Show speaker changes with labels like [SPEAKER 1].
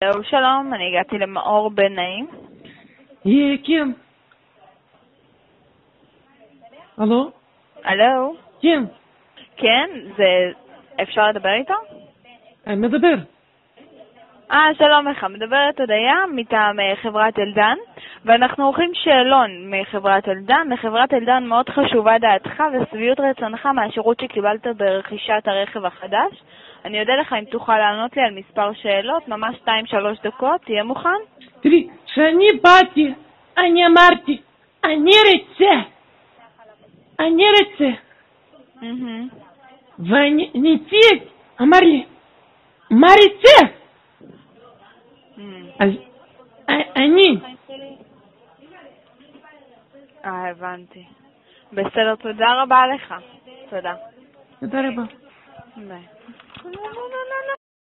[SPEAKER 1] זהו, שלום, אני הגעתי למאור בן נעים.
[SPEAKER 2] אה, כן. הלו?
[SPEAKER 1] הלו?
[SPEAKER 2] כן,
[SPEAKER 1] כן, זה... אפשר לדבר איתו?
[SPEAKER 2] אה, מדבר.
[SPEAKER 1] אה, שלום לך, מדברת הודיה מטעם אה, חברת אלדן, ואנחנו עורכים שאלון מחברת אלדן. לחברת אלדן מאוד חשובה דעתך ושביעות רצונך מהשירות שקיבלת ברכישת הרכב החדש. אני אודה לך אם תוכל לענות לי על מספר שאלות, ממש 2-3 דקות, תהיה מוכן?
[SPEAKER 2] תראי, כשאני באתי, אני אמרתי, אני רוצה, אני רוצה.
[SPEAKER 1] מהמם.
[SPEAKER 2] והנציג אמר לי, מה רוצה?
[SPEAKER 1] מהמם.
[SPEAKER 2] אז א- אני,
[SPEAKER 1] אה, הבנתי. בסדר, תודה רבה לך. תודה.
[SPEAKER 2] תודה רבה.
[SPEAKER 1] ביי. לא, לא, לא, לא, לא.